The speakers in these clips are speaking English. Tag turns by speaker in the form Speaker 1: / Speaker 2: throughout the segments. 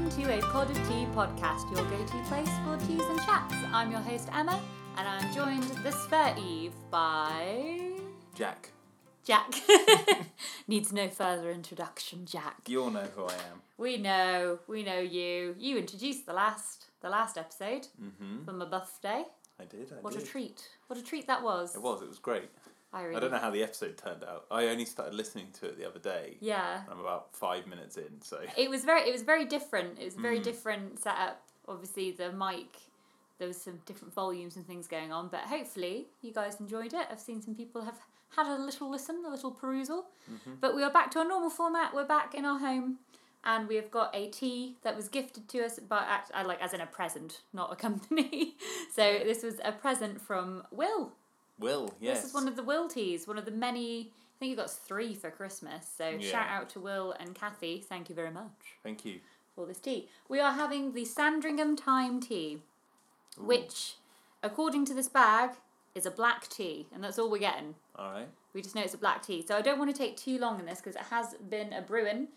Speaker 1: Recorded Tea podcast, your go to place for teas and chats. I'm your host, Emma, and I'm joined this fair eve by.
Speaker 2: Jack,
Speaker 1: Jack. Needs no further introduction, Jack.
Speaker 2: you all know who I am.
Speaker 1: We know, we know you. You introduced the last the last episode for my birthday.
Speaker 2: I did. I
Speaker 1: What
Speaker 2: Mm. did.
Speaker 1: a treat. What a treat that was.
Speaker 2: It was. It was great.
Speaker 1: I really
Speaker 2: I don't know how the episode turned out. I only started listening to it the other day.
Speaker 1: Yeah.
Speaker 2: I'm about five minutes in, so
Speaker 1: It was very it was very different. It was a
Speaker 2: Mm.
Speaker 1: very different setup. Obviously the mic there was some different volumes and things going on, but hopefully you guys enjoyed it. I've seen some people have had a little listen, a little perusal.
Speaker 2: Mm-hmm.
Speaker 1: But we are back to our normal format. We're back in our home and we have got a tea that was gifted to us by act- uh, like as in a present, not a company. so this was a present from Will.
Speaker 2: Will. Yes.
Speaker 1: This is one of the Will teas, one of the many. I think he got three for Christmas. So
Speaker 2: Yeah.
Speaker 1: shout out to Will and Kathy. Thank you very much
Speaker 2: Thank you.
Speaker 1: for this tea. We are having the Sandringham Thyme tea, which, according to this bag, is a black tea, and that's all we're getting.
Speaker 2: All right.
Speaker 1: We just know it's a black tea. So I don't want to take too long in this because it has been a brewing.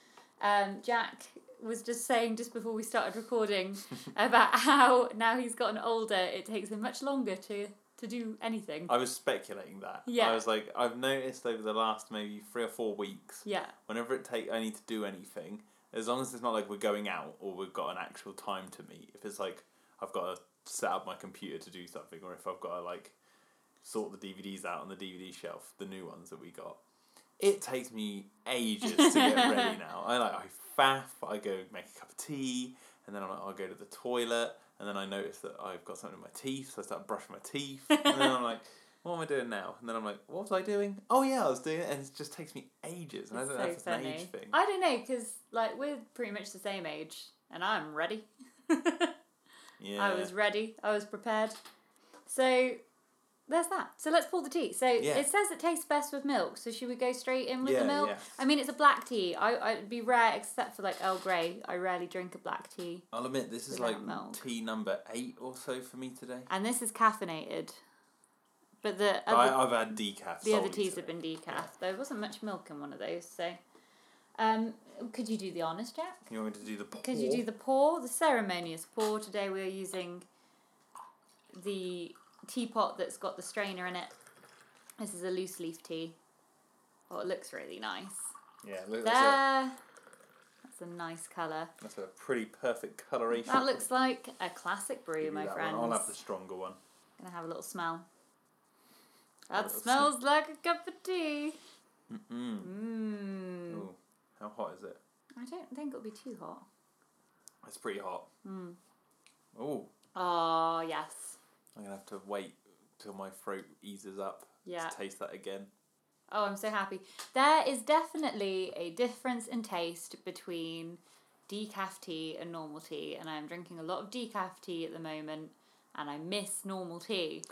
Speaker 1: Um, Jack was just saying just before we started recording about how now he's gotten older, it takes him much longer to to do anything.
Speaker 2: I was speculating that.
Speaker 1: Yeah.
Speaker 2: I was like, I've noticed over the last maybe three or four weeks,
Speaker 1: yeah.
Speaker 2: whenever it take I need to do anything, as long as it's not like we're going out or we've got an actual time to meet. If it's like I've got to set up my computer to do something, or if I've got to like sort the DVDs out on the DVD shelf, the new ones that we got, it takes me ages to get ready now. I like I faff, I go make a cup of tea, and then I'm like, I'll go to the toilet, and then I notice that I've got something in my teeth, so I start brushing my teeth, and then I'm like. What am I doing now? And then I'm like, what was I doing? Oh yeah, I was doing it, and it just takes me ages. And
Speaker 1: It's
Speaker 2: I don't know
Speaker 1: so
Speaker 2: if it's
Speaker 1: funny.
Speaker 2: an age thing.
Speaker 1: I don't know because like we're pretty much the same age, and I'm ready.
Speaker 2: Yeah.
Speaker 1: I was ready. I was prepared. So there's that. So let's pour the tea. So
Speaker 2: Yeah.
Speaker 1: it says it tastes best with milk. So should we go straight in with the
Speaker 2: Yeah,
Speaker 1: milk?
Speaker 2: yes.
Speaker 1: I mean, it's a black tea. I I- it'd be rare except for like Earl Grey. I rarely drink a black tea,
Speaker 2: I'll admit this is
Speaker 1: Without
Speaker 2: like
Speaker 1: milk.
Speaker 2: tea number eight or so for me today.
Speaker 1: and this is caffeinated. But the
Speaker 2: I,
Speaker 1: other,
Speaker 2: I've had decaf.
Speaker 1: the other
Speaker 2: solely
Speaker 1: teas have
Speaker 2: today.
Speaker 1: been decaf. There wasn't much milk in one of those. So, um, could you do the honors, Jack?
Speaker 2: You want me to do the pour?
Speaker 1: Because you do the pour, the ceremonious pour. Today we are using the teapot that's got the strainer in it. This is a loose leaf tea. Oh, it looks really nice.
Speaker 2: Yeah, look, that's, a,
Speaker 1: There. That's a nice colour.
Speaker 2: that's a pretty perfect coloration.
Speaker 1: That looks like a classic brew,
Speaker 2: Give me
Speaker 1: my
Speaker 2: that
Speaker 1: friends.
Speaker 2: One. I'll have the stronger one.
Speaker 1: Gonna have a little smell.
Speaker 2: Oh,
Speaker 1: That
Speaker 2: that's-
Speaker 1: smells like a cup of tea.
Speaker 2: Mm.
Speaker 1: Mmm.
Speaker 2: Ooh, how hot is it?
Speaker 1: I don't think it'll be too hot.
Speaker 2: It's pretty hot.
Speaker 1: Hmm.
Speaker 2: Mm. Ooh,
Speaker 1: Oh yes.
Speaker 2: I'm gonna have to wait till my throat eases up
Speaker 1: Yeah.
Speaker 2: to taste that again.
Speaker 1: Oh, I'm so happy. There is definitely a difference in taste between decaf tea and normal tea, and I'm drinking a lot of decaf tea at the moment, and I miss normal tea.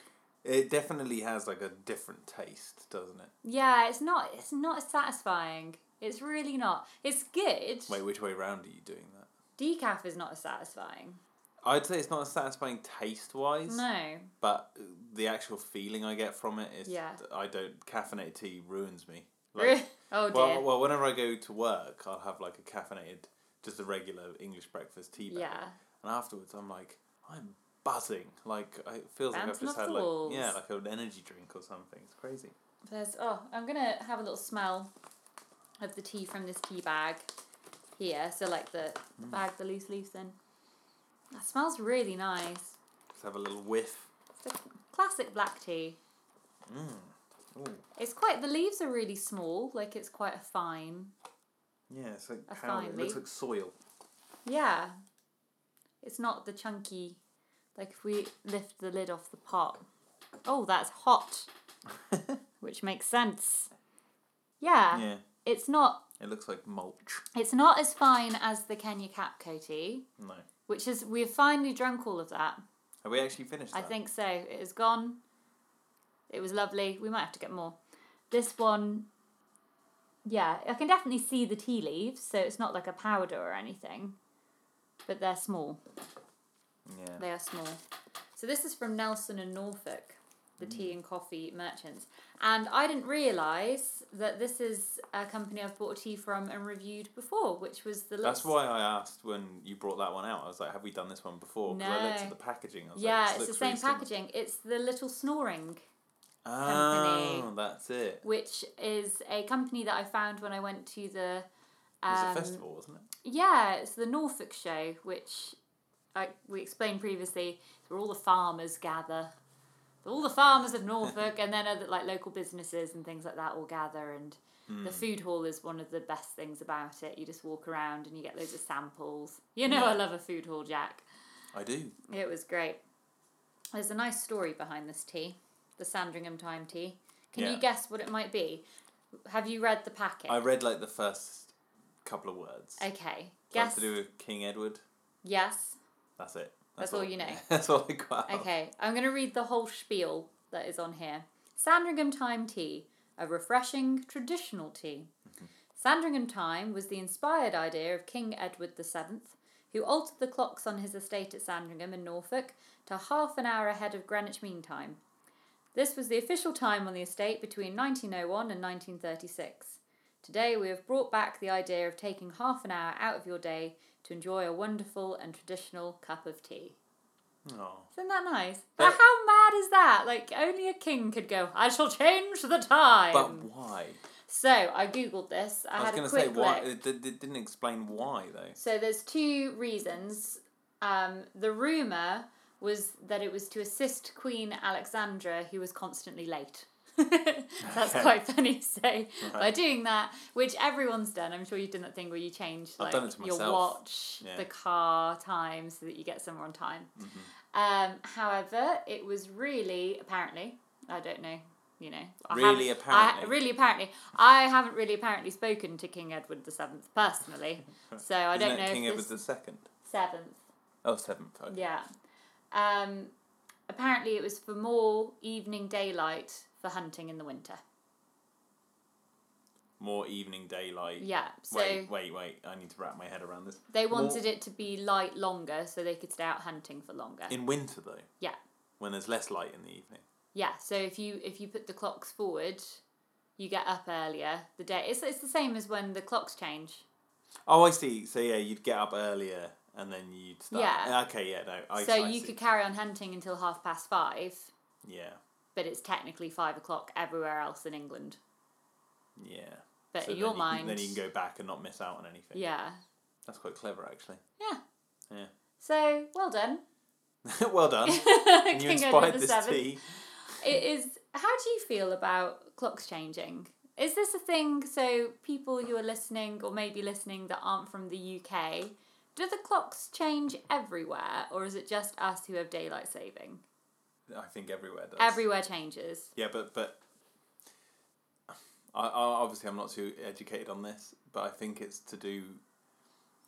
Speaker 2: It definitely has like a different taste, doesn't it?
Speaker 1: Yeah, it's not it's not as satisfying. It's really not. It's good.
Speaker 2: Wait, which way round are you doing that?
Speaker 1: Decaf is not as satisfying.
Speaker 2: I'd say it's not as satisfying taste wise.
Speaker 1: No.
Speaker 2: but the actual feeling I get from it is
Speaker 1: Yeah.
Speaker 2: th- I don't caffeinated tea ruins me.
Speaker 1: Re-
Speaker 2: Like,
Speaker 1: oh dear.
Speaker 2: well, well, whenever I go to work, I'll have like a caffeinated, just a regular English breakfast tea bag,
Speaker 1: yeah.
Speaker 2: and afterwards I'm like I'm buzzing. Like I- it feels like I've
Speaker 1: Bouncing
Speaker 2: just
Speaker 1: off
Speaker 2: had
Speaker 1: the
Speaker 2: like
Speaker 1: walls.
Speaker 2: yeah, like an energy drink or something. It's crazy.
Speaker 1: There's oh, I'm gonna have a little smell of the tea from this tea bag here. So like the, the bag the loose leaves in. That smells really nice.
Speaker 2: Let's have a little whiff.
Speaker 1: It's a classic black tea.
Speaker 2: Ooh,
Speaker 1: It's quite the leaves are really small, like it's quite a fine.
Speaker 2: yeah, it's like
Speaker 1: A
Speaker 2: powder.
Speaker 1: fine
Speaker 2: It looks
Speaker 1: leaf.
Speaker 2: like soil.
Speaker 1: Yeah. It's not the chunky like if we lift the lid off the pot. Oh, that's hot. which makes sense. Yeah.
Speaker 2: Yeah,
Speaker 1: It's not
Speaker 2: it looks like mulch.
Speaker 1: it's not as fine as the Kenya Capco tea.
Speaker 2: No,
Speaker 1: which is we've finally drunk all of that.
Speaker 2: have we actually finished?
Speaker 1: I
Speaker 2: that?
Speaker 1: think so. It is gone. It was lovely. We might have to get more. This one, yeah, I can definitely see the tea leaves, so it's not like a powder or anything, but they're small.
Speaker 2: Yeah.
Speaker 1: They are small. So this is from Nelson and Norfolk. the
Speaker 2: Mm.
Speaker 1: tea and coffee merchants. And I didn't realise that this is a company I've bought tea from and reviewed before, which was the
Speaker 2: That's
Speaker 1: Lost-
Speaker 2: why I asked when you brought that one out. I was like, have we done this one before? Because I looked
Speaker 1: No.
Speaker 2: at the packaging. I was
Speaker 1: Yeah,
Speaker 2: like,
Speaker 1: it's the
Speaker 2: looks
Speaker 1: same
Speaker 2: really sim-
Speaker 1: packaging. It's the Little Snoring,
Speaker 2: Ah,
Speaker 1: company.
Speaker 2: that's it.
Speaker 1: which is a company that I found when I went to the.
Speaker 2: It was
Speaker 1: Um,
Speaker 2: a festival, wasn't it?
Speaker 1: Yeah, it's the Norfolk show, which like we explained previously, it's where all the farmers gather. All the farmers of Norfolk and then other like local businesses and things like that all gather and
Speaker 2: Hmm.
Speaker 1: the food hall is one of the best things about it. You just walk around and you get loads of samples. You know I
Speaker 2: Yeah.
Speaker 1: love a food hall, Jack.
Speaker 2: I do.
Speaker 1: It was great. There's a nice story behind this tea, the Sandringham Time tea. Can
Speaker 2: Yeah.
Speaker 1: you guess what it might be? Have you read the packet?
Speaker 2: I read like the first couple of words.
Speaker 1: okay.
Speaker 2: Something
Speaker 1: Guess.
Speaker 2: to do with King Edward.
Speaker 1: yes.
Speaker 2: That's it.
Speaker 1: That's all you know.
Speaker 2: That's all I got. out.
Speaker 1: Okay, I'm going to read the whole spiel that is on here. Sandringham Time Tea, a refreshing traditional tea. Sandringham Time was the inspired idea of King Edward VII, who altered the clocks on his estate at Sandringham in Norfolk to half an hour ahead of Greenwich Mean Time. This was the official time on the estate between 1901 and 1936. Today we have brought back the idea of taking half an hour out of your day to enjoy a wonderful and traditional cup of tea.
Speaker 2: Oh.
Speaker 1: Isn't that nice?
Speaker 2: But-
Speaker 1: But how mad is that? Like, only a king could go, I shall change the time.
Speaker 2: But why?
Speaker 1: so, I googled this. Um, I,
Speaker 2: I, was
Speaker 1: had
Speaker 2: going
Speaker 1: a
Speaker 2: to
Speaker 1: quick
Speaker 2: say why.
Speaker 1: look.
Speaker 2: It, it, it didn't explain why though.
Speaker 1: So, there's two reasons. Um, the rumour was that it was to assist Queen Alexandra, who was constantly late. That's
Speaker 2: Okay.
Speaker 1: quite funny. So, by
Speaker 2: Right.
Speaker 1: doing that, which everyone's done, I'm sure you've done that thing where you change
Speaker 2: I've
Speaker 1: like,
Speaker 2: done it to
Speaker 1: your
Speaker 2: myself.
Speaker 1: watch,
Speaker 2: Yeah.
Speaker 1: the car time, so that you get somewhere on time.
Speaker 2: Mm-hmm.
Speaker 1: Um, however, it was really apparently. I don't know. You know. I
Speaker 2: Really
Speaker 1: haven't-
Speaker 2: apparently.
Speaker 1: I, really apparently. I haven't really apparently spoken to King Edward the Seventh personally, so I
Speaker 2: Isn't
Speaker 1: don't
Speaker 2: it
Speaker 1: know.
Speaker 2: King
Speaker 1: if
Speaker 2: Edward
Speaker 1: this
Speaker 2: the Second.
Speaker 1: Seventh.
Speaker 2: Oh, seventh. Okay.
Speaker 1: Yeah. Um, apparently, it was for more evening daylight for hunting in the winter.
Speaker 2: More evening daylight.
Speaker 1: Yeah. So
Speaker 2: wait, wait, wait! I need to wrap my head around this.
Speaker 1: they
Speaker 2: More-
Speaker 1: wanted it to be light longer, so they could stay out hunting for longer.
Speaker 2: in winter though,
Speaker 1: yeah.
Speaker 2: when there's less light in the evening.
Speaker 1: Yeah, so if you if you put the clocks forward, you get up earlier. The day it's it's the same as when the clocks change.
Speaker 2: Oh, I see. So yeah, you'd get up earlier and then you'd start. Uh,
Speaker 1: Yeah.
Speaker 2: Okay. Yeah. No. I,
Speaker 1: so
Speaker 2: I
Speaker 1: you
Speaker 2: see.
Speaker 1: could carry on hunting until half past five,
Speaker 2: Yeah.
Speaker 1: but it's technically five o'clock everywhere else in England.
Speaker 2: Yeah.
Speaker 1: But
Speaker 2: So
Speaker 1: in
Speaker 2: then
Speaker 1: your
Speaker 2: you can-
Speaker 1: mind,
Speaker 2: then you can go back and not miss out on anything.
Speaker 1: yeah,
Speaker 2: That's quite clever, actually.
Speaker 1: yeah.
Speaker 2: Yeah.
Speaker 1: So well done,
Speaker 2: well done. And you
Speaker 1: King Edward
Speaker 2: inspired
Speaker 1: the
Speaker 2: this
Speaker 1: Seventh.
Speaker 2: tea.
Speaker 1: It is. How do you feel about clocks changing? Is this a thing? So people who are listening, or maybe listening that aren't from the UK, do the clocks change everywhere, or is it just us who have daylight saving?
Speaker 2: I think everywhere does.
Speaker 1: Everywhere changes.
Speaker 2: Yeah, but but I, I obviously I'm not too educated on this, but I think it's to do.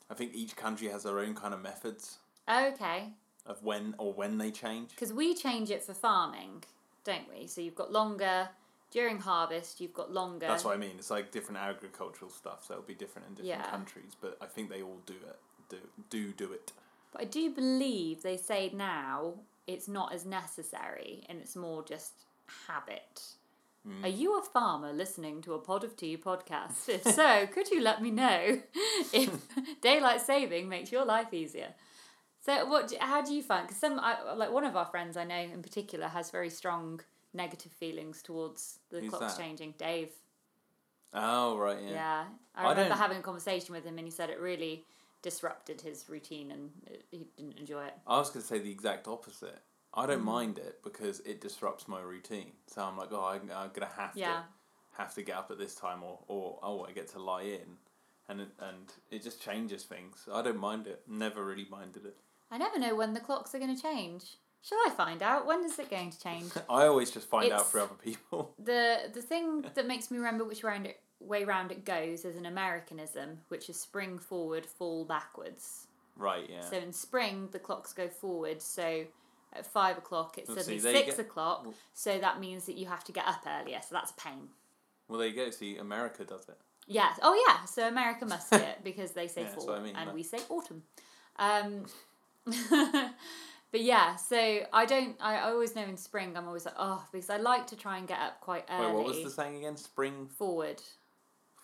Speaker 2: I think each country has their own kind of methods
Speaker 1: Okay,
Speaker 2: of when or when they change.
Speaker 1: because we change it for farming, don't we? So you've got longer during harvest. You've got longer.
Speaker 2: That's what I mean. It's like different agricultural stuff, so it'll be different in different
Speaker 1: Yeah.
Speaker 2: countries. But I think they all do it. Do do do it.
Speaker 1: But I do believe they say now it's not as necessary and it's more just habit.
Speaker 2: Hmm.
Speaker 1: Are you a farmer listening to a Pod of Tea podcast? If so, could you let me know if daylight saving makes your life easier? So, what? do- How do you find? Because some, I, like one of our friends I know in particular, has very strong negative feelings towards the
Speaker 2: Who's
Speaker 1: clocks
Speaker 2: that?
Speaker 1: changing. Dave.
Speaker 2: Oh right, yeah.
Speaker 1: Yeah. I
Speaker 2: I
Speaker 1: remember
Speaker 2: don't-
Speaker 1: having a conversation with him, and he said it really disrupted his routine, and uh, he didn't enjoy it.
Speaker 2: I was gonna say the exact opposite. I
Speaker 1: Mm.
Speaker 2: don't mind it because it disrupts my routine. So I'm like, oh, I, I'm gonna have to
Speaker 1: Yeah.
Speaker 2: have to get up at this time, or or oh, I get to lie in, and it- and it just changes things. I don't mind it. Never really minded it.
Speaker 1: I never know when the clocks are going to change. Shall I find out? When is it going to change?
Speaker 2: I always just find out
Speaker 1: It's-
Speaker 2: for other people.
Speaker 1: the the thing that makes me remember which round it, way round it goes is an Americanism, which is spring forward, fall backwards.
Speaker 2: right? Yeah.
Speaker 1: So in spring, the clocks go forward. So at five o'clock, it's
Speaker 2: Well,
Speaker 1: suddenly
Speaker 2: see, there you
Speaker 1: six
Speaker 2: go.
Speaker 1: o'clock. So that means that you have to get up earlier. So that's a pain.
Speaker 2: well, there you go. See, America does it.
Speaker 1: Yes. Oh, yeah. So America must do it because they say
Speaker 2: Yeah, that's
Speaker 1: fall
Speaker 2: what I mean,
Speaker 1: and
Speaker 2: yeah.
Speaker 1: we say autumn. Um, But yeah, so I don't. I I always know in spring I'm always like oh because I like to try and get up quite early.
Speaker 2: Wait, what was the saying again? Spring
Speaker 1: Forward,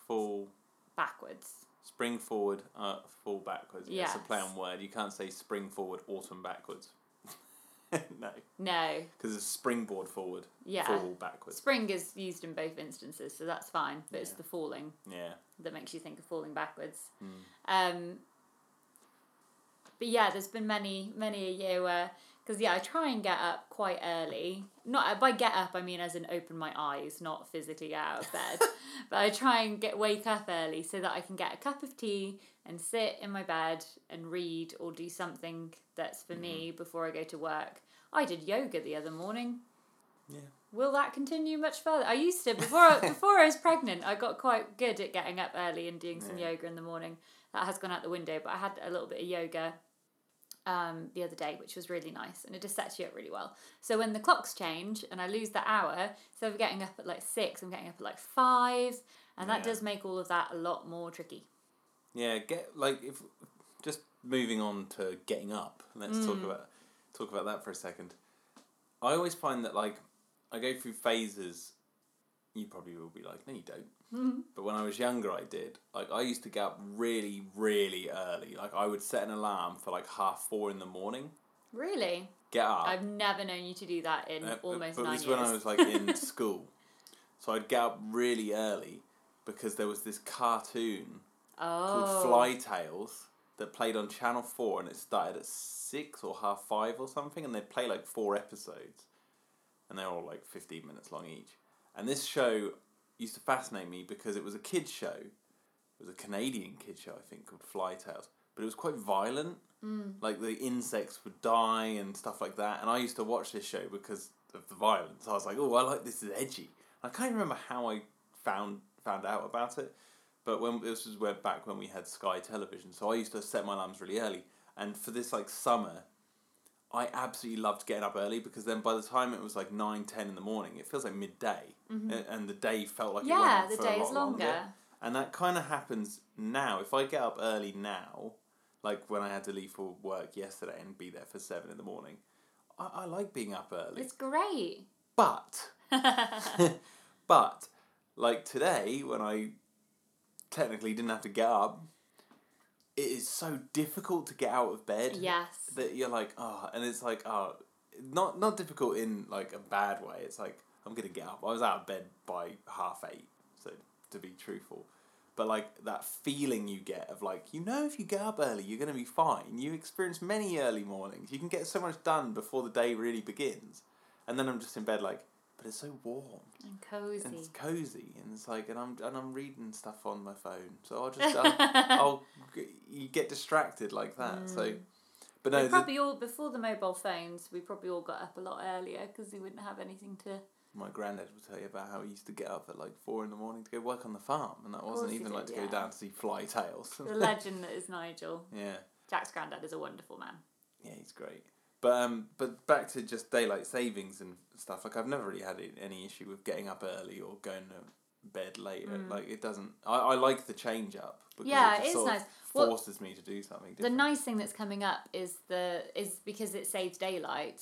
Speaker 2: fall,
Speaker 1: backwards.
Speaker 2: spring forward, uh, fall backwards. Yeah, It's a play
Speaker 1: Yes.
Speaker 2: on word. You can't say spring forward, autumn backwards. no,
Speaker 1: No,
Speaker 2: because it's springboard forward,
Speaker 1: yeah.
Speaker 2: fall backwards.
Speaker 1: Spring is used in both instances, so that's fine. But it's
Speaker 2: Yeah.
Speaker 1: the falling
Speaker 2: Yeah.
Speaker 1: that makes you think of falling backwards.
Speaker 2: Mm.
Speaker 1: Um, but yeah, there's been many, many a year where, because yeah, I try and get up quite early. Not uh, by get up, I mean as in open my eyes, not physically get out of bed. but I try and get wake up early so that I can get a cup of tea and sit in my bed and read or do something that's for me
Speaker 2: Mm.
Speaker 1: before I go to work. I did yoga the other morning.
Speaker 2: Yeah.
Speaker 1: Will that continue much further? I used to before I, before I was pregnant. I got quite good at getting up early and doing some
Speaker 2: Yeah.
Speaker 1: yoga in the morning. That has gone out the window, but I had a little bit of yoga um, the other day, which was really nice, and it just sets you up really well. So when the clocks change and I lose that hour, instead of getting up at like six, I'm getting up at like five, and that
Speaker 2: Yeah.
Speaker 1: does make all of that a lot more tricky.
Speaker 2: Yeah, get like if just moving on to getting up. Let's talk
Speaker 1: Mm.
Speaker 2: about talk about that for a second. I always find that like I go through phases. You probably will be like, no, you don't.
Speaker 1: Mm-hmm.
Speaker 2: But when I was younger, I did. Like I used to get up really, really early. Like I would set an alarm for like half four in the morning.
Speaker 1: Really,
Speaker 2: Get up.
Speaker 1: I've never known you to do that in
Speaker 2: Uh, but-
Speaker 1: almost
Speaker 2: but
Speaker 1: nine
Speaker 2: it was
Speaker 1: years.
Speaker 2: when I was like in school, so I'd get up really early because there was this cartoon called
Speaker 1: oh,
Speaker 2: Fly Tales that played on Channel 4 and it started at 6 or half 5 or something and they'd play like four episodes and they're all like 15 minutes long each. And this show used to fascinate me because it was a kids show. It was a Canadian kids show I think called Fly Tales, but it was quite violent. Like the insects would die and stuff like that. And I used to watch this show because of the violence. I was like, "Oh, I like this is edgy." I can't remember how I found found out about it. But when this was where back when we had Sky Television, so I used to set my alarms really early. And for this like summer, I absolutely loved getting up early because then by the time it was like nine, ten in the morning, it feels like midday, A- and the day felt like it went
Speaker 1: Mm-hmm. yeah,
Speaker 2: on
Speaker 1: the
Speaker 2: for a
Speaker 1: day is
Speaker 2: lot
Speaker 1: longer.
Speaker 2: and that kind of happens now. If I get up early now, like when I had to leave for work yesterday and be there for seven in the morning, I, I like being up early.
Speaker 1: It's great.
Speaker 2: But, but, like today, when I technically didn't have to get up, it is so difficult to get out of bed
Speaker 1: Yes.
Speaker 2: that you're like, oh, and it's like, oh, not not difficult in like a bad way. It's like I'm gonna get up. I was out of bed by half eight, so to be truthful, but like that feeling you get of like you know if you get up early you're gonna be fine. You experience many early mornings. You can get so much done before the day really begins, and then I'm just in bed like, but it's so warm
Speaker 1: And
Speaker 2: and
Speaker 1: cozy.
Speaker 2: it's cozy and it's like and I'm and I'm reading stuff on my phone, so I'll just uh, oh, I'll, I'll g- you get distracted like that. So, but no,
Speaker 1: we
Speaker 2: the-
Speaker 1: Mm. probably all before the mobile phones. We probably all got up a lot earlier because we wouldn't have anything to.
Speaker 2: My granddad would tell you about how he used to get up at like four in the morning to go work on the farm, and that
Speaker 1: course
Speaker 2: wasn't
Speaker 1: he
Speaker 2: even
Speaker 1: did,
Speaker 2: like to
Speaker 1: yeah.
Speaker 2: go down to see fly tails.
Speaker 1: The legend that is Nigel,
Speaker 2: yeah,
Speaker 1: Jack's granddad, is a wonderful man.
Speaker 2: yeah, he's great. But um, but back to just daylight savings and stuff. Like I've never really had i- any issue with getting up early or going to bed later. Like it doesn't. I, I like the change up. Because
Speaker 1: Mm. Yeah,
Speaker 2: just
Speaker 1: it is
Speaker 2: sort of
Speaker 1: nice. Well,
Speaker 2: Forces me to do something.
Speaker 1: The
Speaker 2: Different.
Speaker 1: nice thing that's coming up is the is because it saves daylight.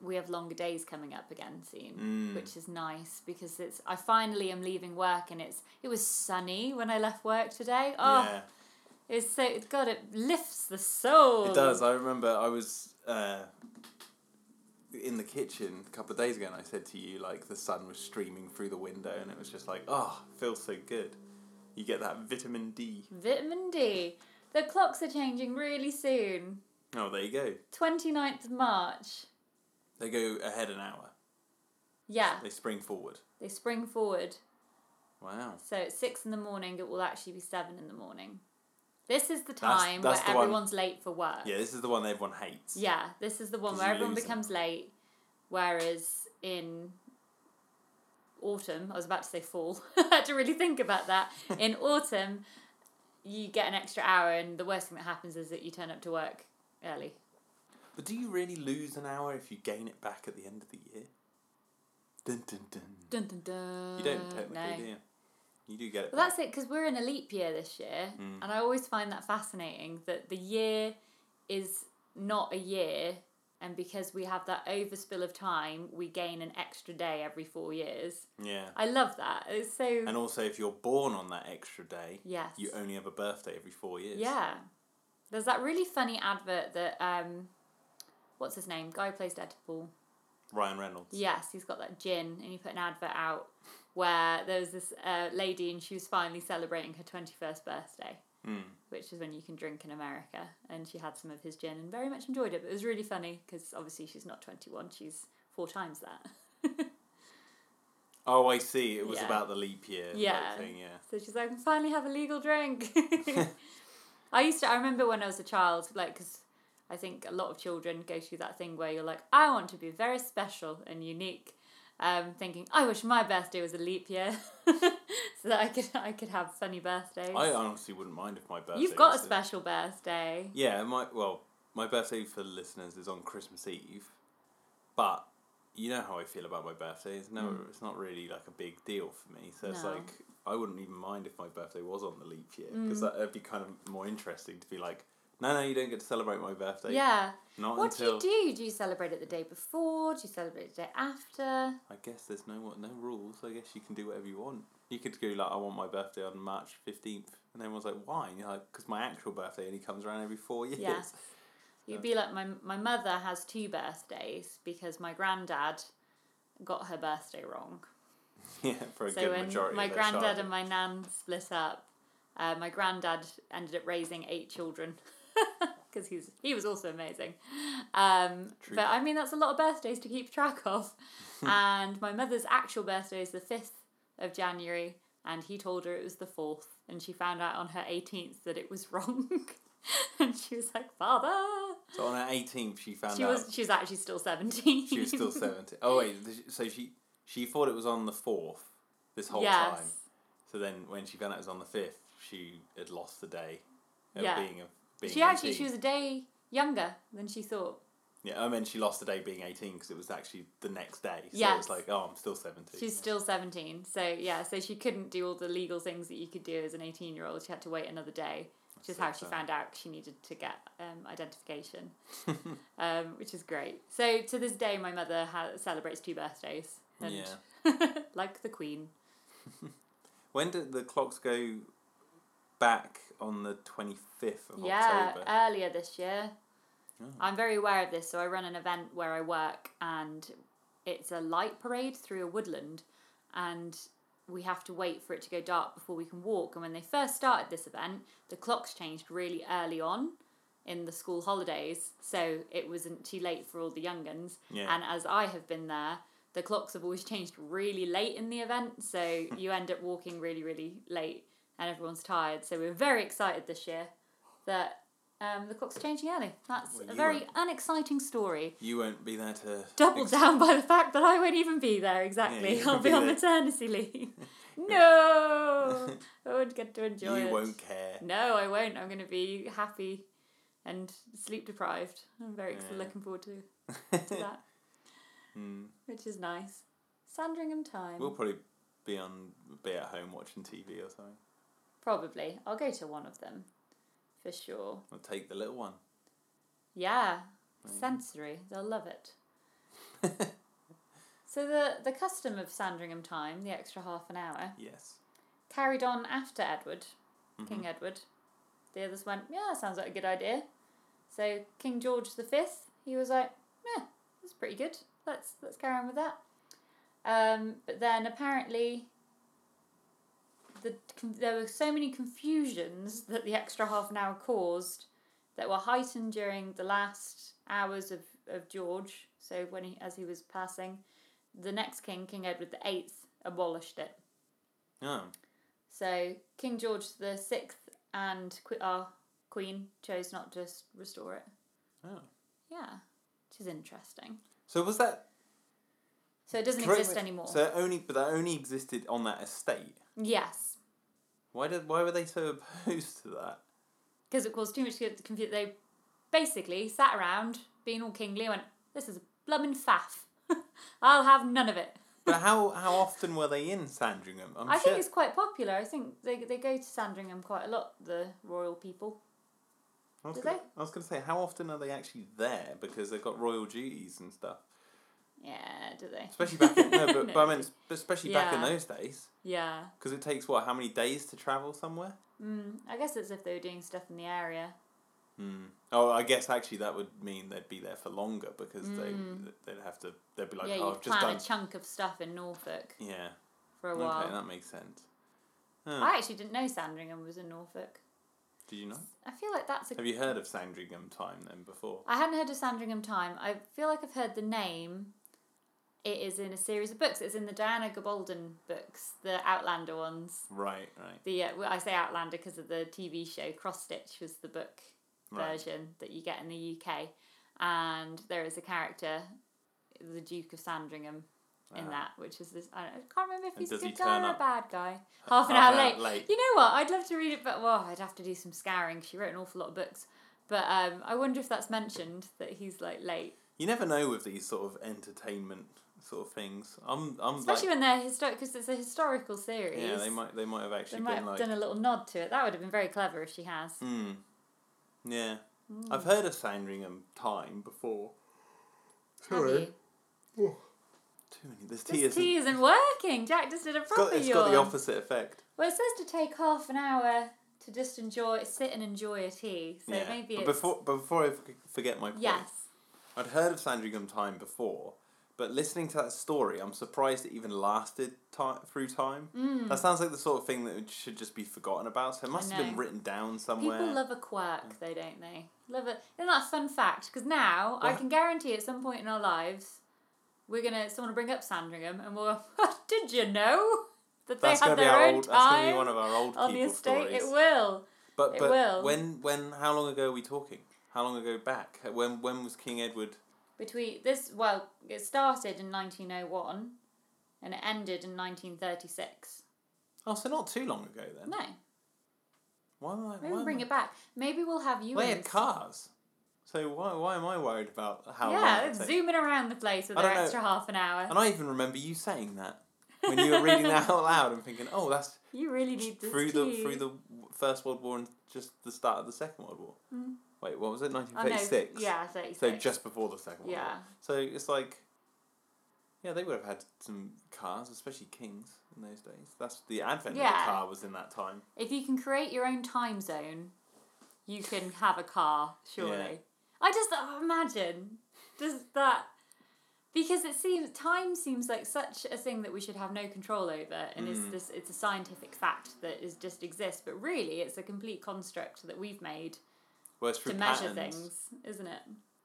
Speaker 1: We have longer days coming up again soon,
Speaker 2: Mm.
Speaker 1: which is nice because it's. I finally am leaving work and it's. It was sunny when I left work today. Oh,
Speaker 2: Yeah.
Speaker 1: it's so. God, it lifts the soul.
Speaker 2: It does. I remember I was uh, in the kitchen a couple of days ago, and I said to you like the sun was streaming through the window, and it was just like, oh, feels so good. You get that vitamin D.
Speaker 1: Vitamin D. The clocks are changing really soon.
Speaker 2: Oh, there you go.
Speaker 1: 29th of March.
Speaker 2: They go ahead an hour.
Speaker 1: Yeah,
Speaker 2: They spring forward.
Speaker 1: they spring forward.
Speaker 2: Wow.
Speaker 1: So at six in the morning, it will actually be seven in the morning. This is the
Speaker 2: That's-
Speaker 1: time
Speaker 2: that's the
Speaker 1: where
Speaker 2: one-
Speaker 1: everyone's late for work.
Speaker 2: Yeah, this is the one everyone hates.
Speaker 1: Yeah, this is the one
Speaker 2: 'Cause
Speaker 1: where
Speaker 2: you
Speaker 1: everyone
Speaker 2: lose them.
Speaker 1: becomes late. Whereas in autumn, I was about to say fall, I had to really think about that. In autumn, you get an extra hour, and the worst thing that happens is that you turn up to work early.
Speaker 2: But do you really lose an hour if you gain it back at the end of the year? Dun dun dun.
Speaker 1: Dun, dun, dun.
Speaker 2: You don't technically,
Speaker 1: Mm, No.
Speaker 2: do you? You do get it
Speaker 1: Well,
Speaker 2: back.
Speaker 1: that's it because we're in a leap year this year,
Speaker 2: Mm.
Speaker 1: and I always find that fascinating that the year is not a year And because we have that overspill of time, we gain an extra day every four years.
Speaker 2: Yeah.
Speaker 1: I love that. It's so.
Speaker 2: And also, if you're born on that extra day,
Speaker 1: yes.
Speaker 2: you only have a birthday every four years.
Speaker 1: Yeah. There's that really funny advert that um what's his name? Guy who plays Deadpool.
Speaker 2: Ryan Reynolds.
Speaker 1: Yes, he's got that gin and he put an advert out where there was this uh, lady and she was finally celebrating her 21st birthday,
Speaker 2: Mm.
Speaker 1: which is when you can drink in America. And she had some of his gin and very much enjoyed it. But it was really funny because obviously she's not 21, she's four times that.
Speaker 2: Oh, I see. It was
Speaker 1: Yeah.
Speaker 2: about the leap year. like,
Speaker 1: Yeah.
Speaker 2: thing, yeah.
Speaker 1: So she's like, I can finally have a legal drink. I used to, I remember when I was a child, like, because I think a lot of children go through that thing where you're like, I want to be very special and unique. Um, thinking, I wish my birthday was a leap year so that I could I could have funny birthdays.
Speaker 2: I honestly wouldn't mind if my birthday.
Speaker 1: You've got a
Speaker 2: was the-
Speaker 1: special birthday.
Speaker 2: Yeah, my well, my birthday for the listeners is on Christmas Eve, but you know how I feel about my birthday. It's no, it's not really like a big deal for me. So it's
Speaker 1: Hmm. No.
Speaker 2: like I wouldn't even mind if my birthday was on the leap year
Speaker 1: Hmm.
Speaker 2: because that'd be kind of more interesting to be like, no, no, you don't get to celebrate my birthday.
Speaker 1: yeah.
Speaker 2: Not
Speaker 1: What do
Speaker 2: until
Speaker 1: you do? Do you celebrate it the day before? Do you celebrate it the day after?
Speaker 2: I guess there's no what no rules. I guess you can do whatever you want. You could go like, I want my birthday on March fifteenth, and everyone's like, why? And you're like, because my actual birthday only comes around every four years.
Speaker 1: Yeah. You'd be like my my mother has two birthdays because my granddad got her birthday wrong.
Speaker 2: yeah, for a
Speaker 1: So
Speaker 2: good
Speaker 1: when
Speaker 2: majority.
Speaker 1: my
Speaker 2: of their
Speaker 1: granddad
Speaker 2: childhood.
Speaker 1: and my nan split up, uh, my granddad ended up raising eight children because he's he was also amazing. Um,
Speaker 2: True.
Speaker 1: but I mean that's a lot of birthdays to keep track of. and my mother's actual birthday is the fifth of January, and he told her it was the fourth, and she found out on her eighteenth that it was wrong, and she was like, "Father."
Speaker 2: So on her 18th, she found
Speaker 1: She
Speaker 2: out
Speaker 1: was she was actually still seventeen.
Speaker 2: she was still 70. Oh, wait, th- so she she thought it was on the 4th this whole
Speaker 1: Yes.
Speaker 2: time. So then when she found out it was on the 5th, she had lost the day of
Speaker 1: Yeah.
Speaker 2: being, a, being
Speaker 1: She actually
Speaker 2: 18.
Speaker 1: she was a day younger than she thought.
Speaker 2: Yeah, I mean, she lost the day being 18 because it was actually the next day. So it
Speaker 1: Yes.
Speaker 2: was like, oh, I'm still 70.
Speaker 1: She's still 17. So, yeah, so she couldn't do all the legal things that you could do as an 18 year old. She had to wait another day, which is
Speaker 2: so
Speaker 1: how she
Speaker 2: sad.
Speaker 1: found out she needed to get um, identification, um, which is great. So, to this day, my mother ha- celebrates two birthdays. And like the Queen.
Speaker 2: When did the clocks go back on the 25th of
Speaker 1: yeah, uh,
Speaker 2: October?
Speaker 1: earlier this year.
Speaker 2: Oh.
Speaker 1: I'm very aware of this. So, I run an event where I work, and it's a light parade through a woodland. And we have to wait for it to go dark before we can walk. And when they first started this event, the clocks changed really early on in the school holidays, so it wasn't too late for all the younguns.
Speaker 2: Yeah.
Speaker 1: And as I have been there, the clocks have always changed really late in the event, so you end up walking really, really late, and everyone's tired. So we we're very excited this year that um, the clock's changing early. That's
Speaker 2: Well,
Speaker 1: a
Speaker 2: you
Speaker 1: very
Speaker 2: weren't-
Speaker 1: unexciting story.
Speaker 2: You won't be there to.
Speaker 1: Doubled
Speaker 2: ex-
Speaker 1: down by the fact that I won't even be there exactly.
Speaker 2: you
Speaker 1: I'll
Speaker 2: won't
Speaker 1: be
Speaker 2: be
Speaker 1: on
Speaker 2: there.
Speaker 1: maternity leave. no, I won't get to enjoy
Speaker 2: You
Speaker 1: it. Mm.
Speaker 2: won't care.
Speaker 1: No, I won't. I'm going to be happy and sleep deprived. I'm very ex-
Speaker 2: Yeah.
Speaker 1: looking forward to, to that,
Speaker 2: Hmm.
Speaker 1: which is nice. Sandringham time.
Speaker 2: We'll probably be on be at home watching TV or something.
Speaker 1: Probably. I'll go to one of them for sure.
Speaker 2: We'll take the little one.
Speaker 1: Yeah, sensory. They'll love it. so the the custom of Sandringham time, the extra half an hour,
Speaker 2: Yes. Mm-hmm.
Speaker 1: carried on after Edward, King Edward. The others went, yeah, sounds like a good idea. So King George the Fifth, he was like, yeah, that's pretty good. Let's let's carry on with that. Um, but then apparently, the there were so many confusions that the extra half an hour caused that were heightened during the last hours of, of George. So when he as he was passing, the next king, King Edward the Eighth, abolished it.
Speaker 2: Oh.
Speaker 1: So King George the Sixth and que- our Queen chose not to s- restore it.
Speaker 2: oh.
Speaker 1: Yeah, which is interesting.
Speaker 2: So was that
Speaker 1: So it doesn't
Speaker 2: correct
Speaker 1: exist
Speaker 2: me-
Speaker 1: anymore.
Speaker 2: So that only but that only existed on that estate.
Speaker 1: yes,
Speaker 2: Why did why were they so opposed to that?
Speaker 1: because it caused too much confusion. They basically sat around being all kingly and went, "This is a blummin' faff. I'll have none of it."
Speaker 2: But how how often were they in Sandringham? I'm
Speaker 1: i
Speaker 2: sure.
Speaker 1: think it's quite popular. I think they they go to Sandringham quite a lot. The royal people.
Speaker 2: I was
Speaker 1: Do
Speaker 2: gonna,
Speaker 1: they?
Speaker 2: I was gonna say, how often are they actually there? Because they've got royal duties and stuff.
Speaker 1: Yeah, do they?
Speaker 2: Especially back in no, but,
Speaker 1: No,
Speaker 2: but I mean, sp- especially back in
Speaker 1: Yeah.
Speaker 2: those days,
Speaker 1: Yeah.
Speaker 2: because it takes what how many days to travel somewhere?
Speaker 1: Mm, I guess it's if they were doing stuff in the area.
Speaker 2: Hmm. Oh, I guess actually that would mean they'd be there for longer because
Speaker 1: Mm.
Speaker 2: they they'd have to they'd be like,
Speaker 1: yeah,
Speaker 2: oh,
Speaker 1: you'd
Speaker 2: I've just
Speaker 1: plan
Speaker 2: done.
Speaker 1: a chunk of stuff in Norfolk
Speaker 2: yeah.
Speaker 1: for a while.
Speaker 2: Okay, that makes sense. Huh.
Speaker 1: I actually didn't know Sandringham was in Norfolk.
Speaker 2: Did you not?
Speaker 1: I feel like that's a.
Speaker 2: Have you heard of Sandringham time then before?
Speaker 1: I hadn't heard of Sandringham Time. I feel like I've heard the name. It is in a series of books. It's in the Diana Gabaldon books, the Outlander ones.
Speaker 2: Right, right,
Speaker 1: The uh, well, I say Outlander because of the TV show Cross Stitch was the book
Speaker 2: right.
Speaker 1: version that you get in the UK, and there is a character, the Duke of Sandringham, in
Speaker 2: Ah.
Speaker 1: that, which is this. I, don't, I can't remember if
Speaker 2: And
Speaker 1: he's a
Speaker 2: does he
Speaker 1: good guy
Speaker 2: turn
Speaker 1: or a
Speaker 2: up?
Speaker 1: bad guy. Half an
Speaker 2: Half
Speaker 1: hour
Speaker 2: an hour
Speaker 1: late.
Speaker 2: late.
Speaker 1: You know what? I'd love to read it, but well, I'd have to do some scouring. She wrote an awful lot of books, but um, I wonder if that's mentioned that he's like late,
Speaker 2: You never know with these sort of entertainment sort of things. I'm, I'm like,
Speaker 1: especially when they're historic because it's a historical series.
Speaker 2: yeah, they might, they might have
Speaker 1: They
Speaker 2: actually
Speaker 1: might
Speaker 2: been
Speaker 1: have
Speaker 2: like,
Speaker 1: done a little nod to it. That would have been very clever if she has.
Speaker 2: hmm, yeah. I've heard of Sandringham time before.
Speaker 1: Have you?
Speaker 2: Too many. This tea
Speaker 1: This
Speaker 2: is.
Speaker 1: tea
Speaker 2: It's
Speaker 1: isn't working. Jack just did a
Speaker 2: got,
Speaker 1: proper
Speaker 2: it's got the
Speaker 1: yawn.
Speaker 2: opposite effect.
Speaker 1: Well, it says to take half an hour to just enjoy, sit and enjoy a tea. So
Speaker 2: yeah.
Speaker 1: maybe
Speaker 2: but
Speaker 1: it's
Speaker 2: before, but before I f- forget my point,
Speaker 1: yes,
Speaker 2: I'd heard of Sandringham time before, but listening to that story, I'm surprised it even lasted ti through time.
Speaker 1: Hmm.
Speaker 2: Mm. That sounds like the sort of thing that would- should just be forgotten about. So it must have been
Speaker 1: know.
Speaker 2: written down
Speaker 1: people
Speaker 2: somewhere.
Speaker 1: love a quirk, though, don't they? Love it. Isn't that a fun fact? Because now I
Speaker 2: What?
Speaker 1: can guarantee at some point in our lives, we're gonna someone will bring up Sandringham and we'll. go, Did you know that they
Speaker 2: that's
Speaker 1: had
Speaker 2: gonna be
Speaker 1: their
Speaker 2: our
Speaker 1: own
Speaker 2: old. That's gonna
Speaker 1: time
Speaker 2: be one of our old
Speaker 1: on the
Speaker 2: people
Speaker 1: estate?
Speaker 2: stories.
Speaker 1: It will.
Speaker 2: But
Speaker 1: It
Speaker 2: but
Speaker 1: will.
Speaker 2: when when how long ago are we talking? How long ago back? Uh, When when was King Edward?
Speaker 1: Between this, well, it started in 1901, and it ended in 1936.
Speaker 2: Oh, so not too long ago then.
Speaker 1: No,
Speaker 2: Why am
Speaker 1: maybe
Speaker 2: I? why
Speaker 1: we'll
Speaker 2: am
Speaker 1: bring
Speaker 2: I-
Speaker 1: it back. Maybe we'll have you.
Speaker 2: They
Speaker 1: in
Speaker 2: had
Speaker 1: this-
Speaker 2: cars, so why why am I worried about how long?
Speaker 1: yeah,
Speaker 2: it
Speaker 1: they're
Speaker 2: takes?
Speaker 1: zooming around the place with
Speaker 2: I
Speaker 1: their
Speaker 2: don't know.
Speaker 1: extra half an hour.
Speaker 2: And I even remember you saying that when you were reading that out loud and thinking, "Oh, that's
Speaker 1: You really need this
Speaker 2: through the
Speaker 1: tea.
Speaker 2: through the First World War and just the start of the Second World War." Wait, what was it? Nineteen
Speaker 1: Oh, no, Mm.
Speaker 2: thirty-six.
Speaker 1: Yeah, 36.
Speaker 2: So just before the Second World War.
Speaker 1: Yeah.
Speaker 2: So it's like, yeah, they would have had some cars, especially kings in those days. That's the advent
Speaker 1: Yeah.
Speaker 2: of the car was in that time.
Speaker 1: If you can create your own time zone, you can have a car, surely. I just oh, imagine just that because it seems time seems like such a thing that we should have no control over and it's
Speaker 2: Mm.
Speaker 1: this it's a scientific fact that is just exists but really it's a complete construct that we've made
Speaker 2: Well, it's through
Speaker 1: to measure
Speaker 2: patterns.
Speaker 1: things isn't it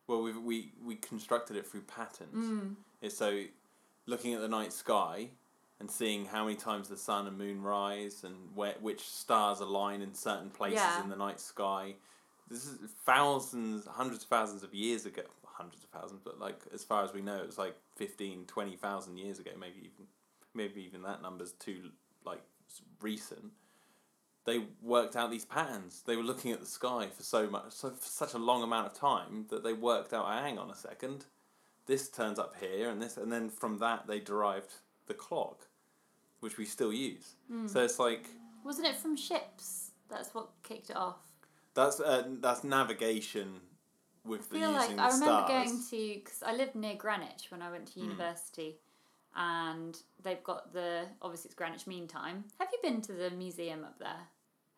Speaker 2: Well, we we we constructed it through patterns.
Speaker 1: mm.
Speaker 2: is so looking at the night sky and seeing how many times the sun and moon rise and where which stars align in certain places
Speaker 1: Yeah.
Speaker 2: in the night sky. This is thousands, hundreds of thousands of years ago. Hundreds of thousands, but like as far as we know, it was like 15, 20,000 years ago. Maybe even, maybe even that number's too like s- recent. They worked out these patterns. They were looking at the sky for so much, so for such a long amount of time that they worked out. Hang on a second, this turns up here and this and then from that they derived the clock which we still use
Speaker 1: Hmm.
Speaker 2: so it's like
Speaker 1: wasn't it from ships that's what kicked it off
Speaker 2: that's uh, that's navigation with
Speaker 1: I
Speaker 2: the
Speaker 1: feel
Speaker 2: using
Speaker 1: like
Speaker 2: the
Speaker 1: I remember
Speaker 2: stars Hmm.
Speaker 1: going to because I lived near Greenwich when I went to university, and they've got the obviously it's Greenwich Mean Time. Have you been to the museum up there?